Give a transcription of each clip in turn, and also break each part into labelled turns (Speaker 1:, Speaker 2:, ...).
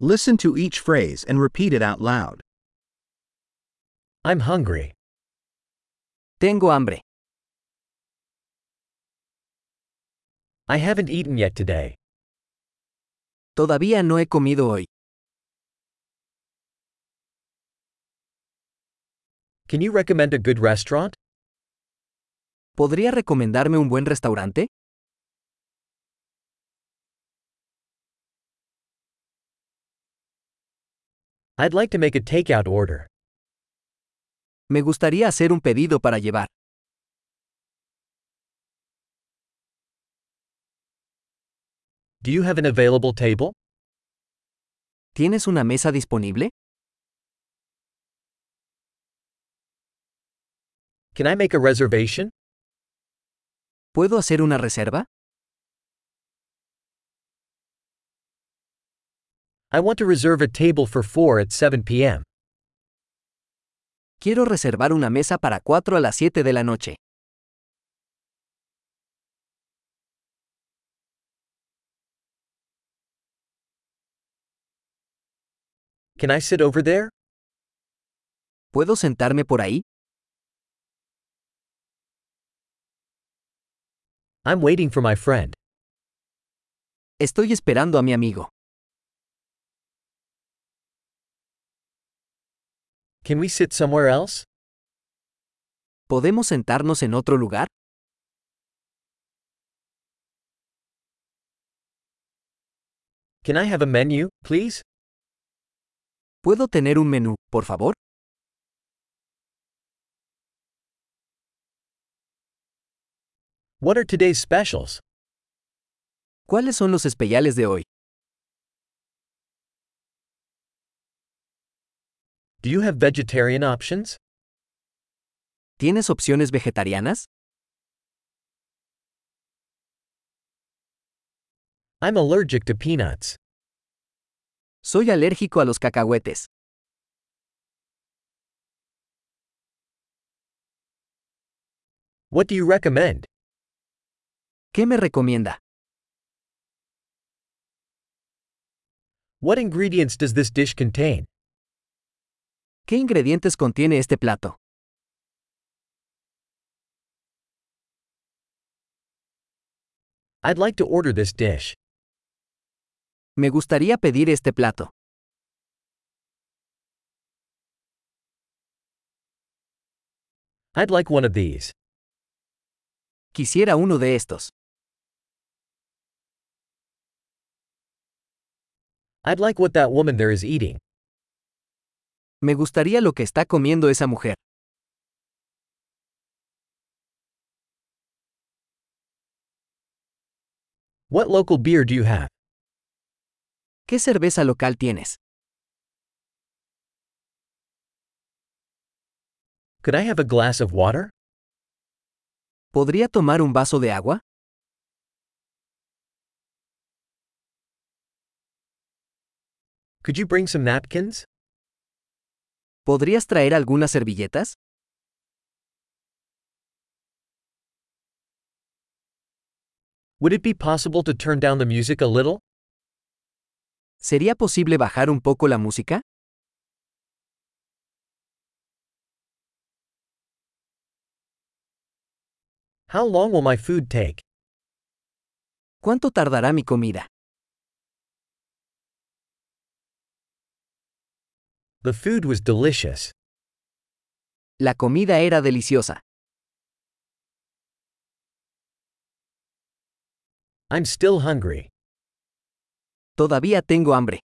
Speaker 1: Listen to each phrase and repeat it out loud.
Speaker 2: I'm hungry.
Speaker 3: Tengo hambre.
Speaker 2: I haven't eaten yet today.
Speaker 3: Todavía no he comido hoy.
Speaker 2: Can you recommend a good restaurant?
Speaker 3: ¿Podría recomendarme un buen restaurante?
Speaker 2: I'd like to make a takeout order.
Speaker 3: Me gustaría hacer un pedido para llevar.
Speaker 2: Do you have an available table?
Speaker 3: ¿Tienes una mesa disponible?
Speaker 2: Can I make a reservation?
Speaker 3: ¿Puedo hacer una reserva?
Speaker 2: I want to reserve a table for 4 at 7 p.m.
Speaker 3: Quiero reservar una mesa para 4 a las 7 de la noche.
Speaker 2: Can I sit over there?
Speaker 3: ¿Puedo sentarme por ahí?
Speaker 2: I'm waiting for my friend.
Speaker 3: Estoy esperando a mi amigo.
Speaker 2: Can we sit somewhere else?
Speaker 3: ¿Podemos sentarnos en otro lugar?
Speaker 2: Can I have a menu, please?
Speaker 3: ¿Puedo tener un menú, por favor?
Speaker 2: What are today's specials?
Speaker 3: ¿Cuáles son los especiales de hoy?
Speaker 2: Do you have vegetarian options?
Speaker 3: ¿Tienes opciones vegetarianas?
Speaker 2: I'm allergic to peanuts.
Speaker 3: Soy alérgico a los cacahuetes.
Speaker 2: What do you recommend?
Speaker 3: ¿Qué me recomienda?
Speaker 2: What ingredients does this dish contain?
Speaker 3: ¿Qué ingredientes contiene este plato?
Speaker 2: I'd like to order this dish.
Speaker 3: Me gustaría pedir este plato.
Speaker 2: I'd like one of these.
Speaker 3: Quisiera uno de estos.
Speaker 2: I'd like what that woman there is eating.
Speaker 3: Me gustaría lo que está comiendo esa mujer.
Speaker 2: What local beer do you have?
Speaker 3: ¿Qué cerveza local tienes?
Speaker 2: Could I have a glass of water?
Speaker 3: ¿Podría tomar un vaso de agua?
Speaker 2: Could you bring some napkins?
Speaker 3: ¿Podrías traer algunas servilletas?
Speaker 2: Would it be possible to turn down the music a little?
Speaker 3: ¿Sería posible bajar un poco la música?
Speaker 2: How long will my food take?
Speaker 3: ¿Cuánto tardará mi comida?
Speaker 2: The food was delicious.
Speaker 3: La comida era deliciosa.
Speaker 2: I'm still hungry.
Speaker 3: Todavía tengo hambre.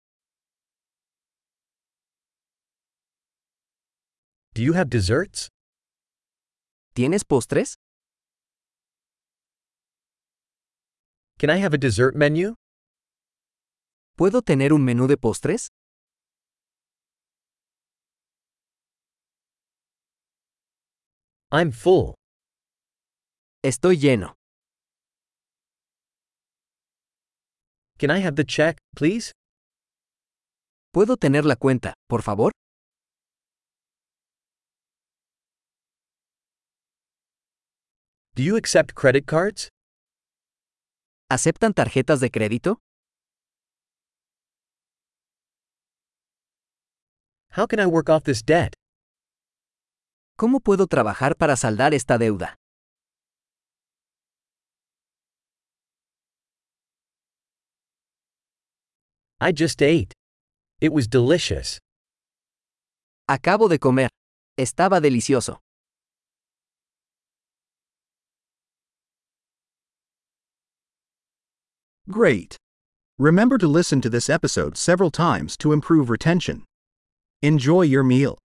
Speaker 2: Do you have desserts?
Speaker 3: ¿Tienes postres?
Speaker 2: Can I have a dessert menu?
Speaker 3: ¿Puedo tener un menú de postres?
Speaker 2: I'm full.
Speaker 3: Estoy lleno.
Speaker 2: Can I have the check, please?
Speaker 3: ¿Puedo tener la cuenta, por favor?
Speaker 2: Do you accept credit cards?
Speaker 3: ¿Aceptan tarjetas de crédito?
Speaker 2: How can I work off this debt?
Speaker 3: ¿Cómo puedo trabajar para saldar esta deuda?
Speaker 2: I just ate. It was delicious.
Speaker 3: Acabo de comer. Estaba delicioso.
Speaker 1: Great. Remember to listen to this episode several times to improve retention. Enjoy your meal.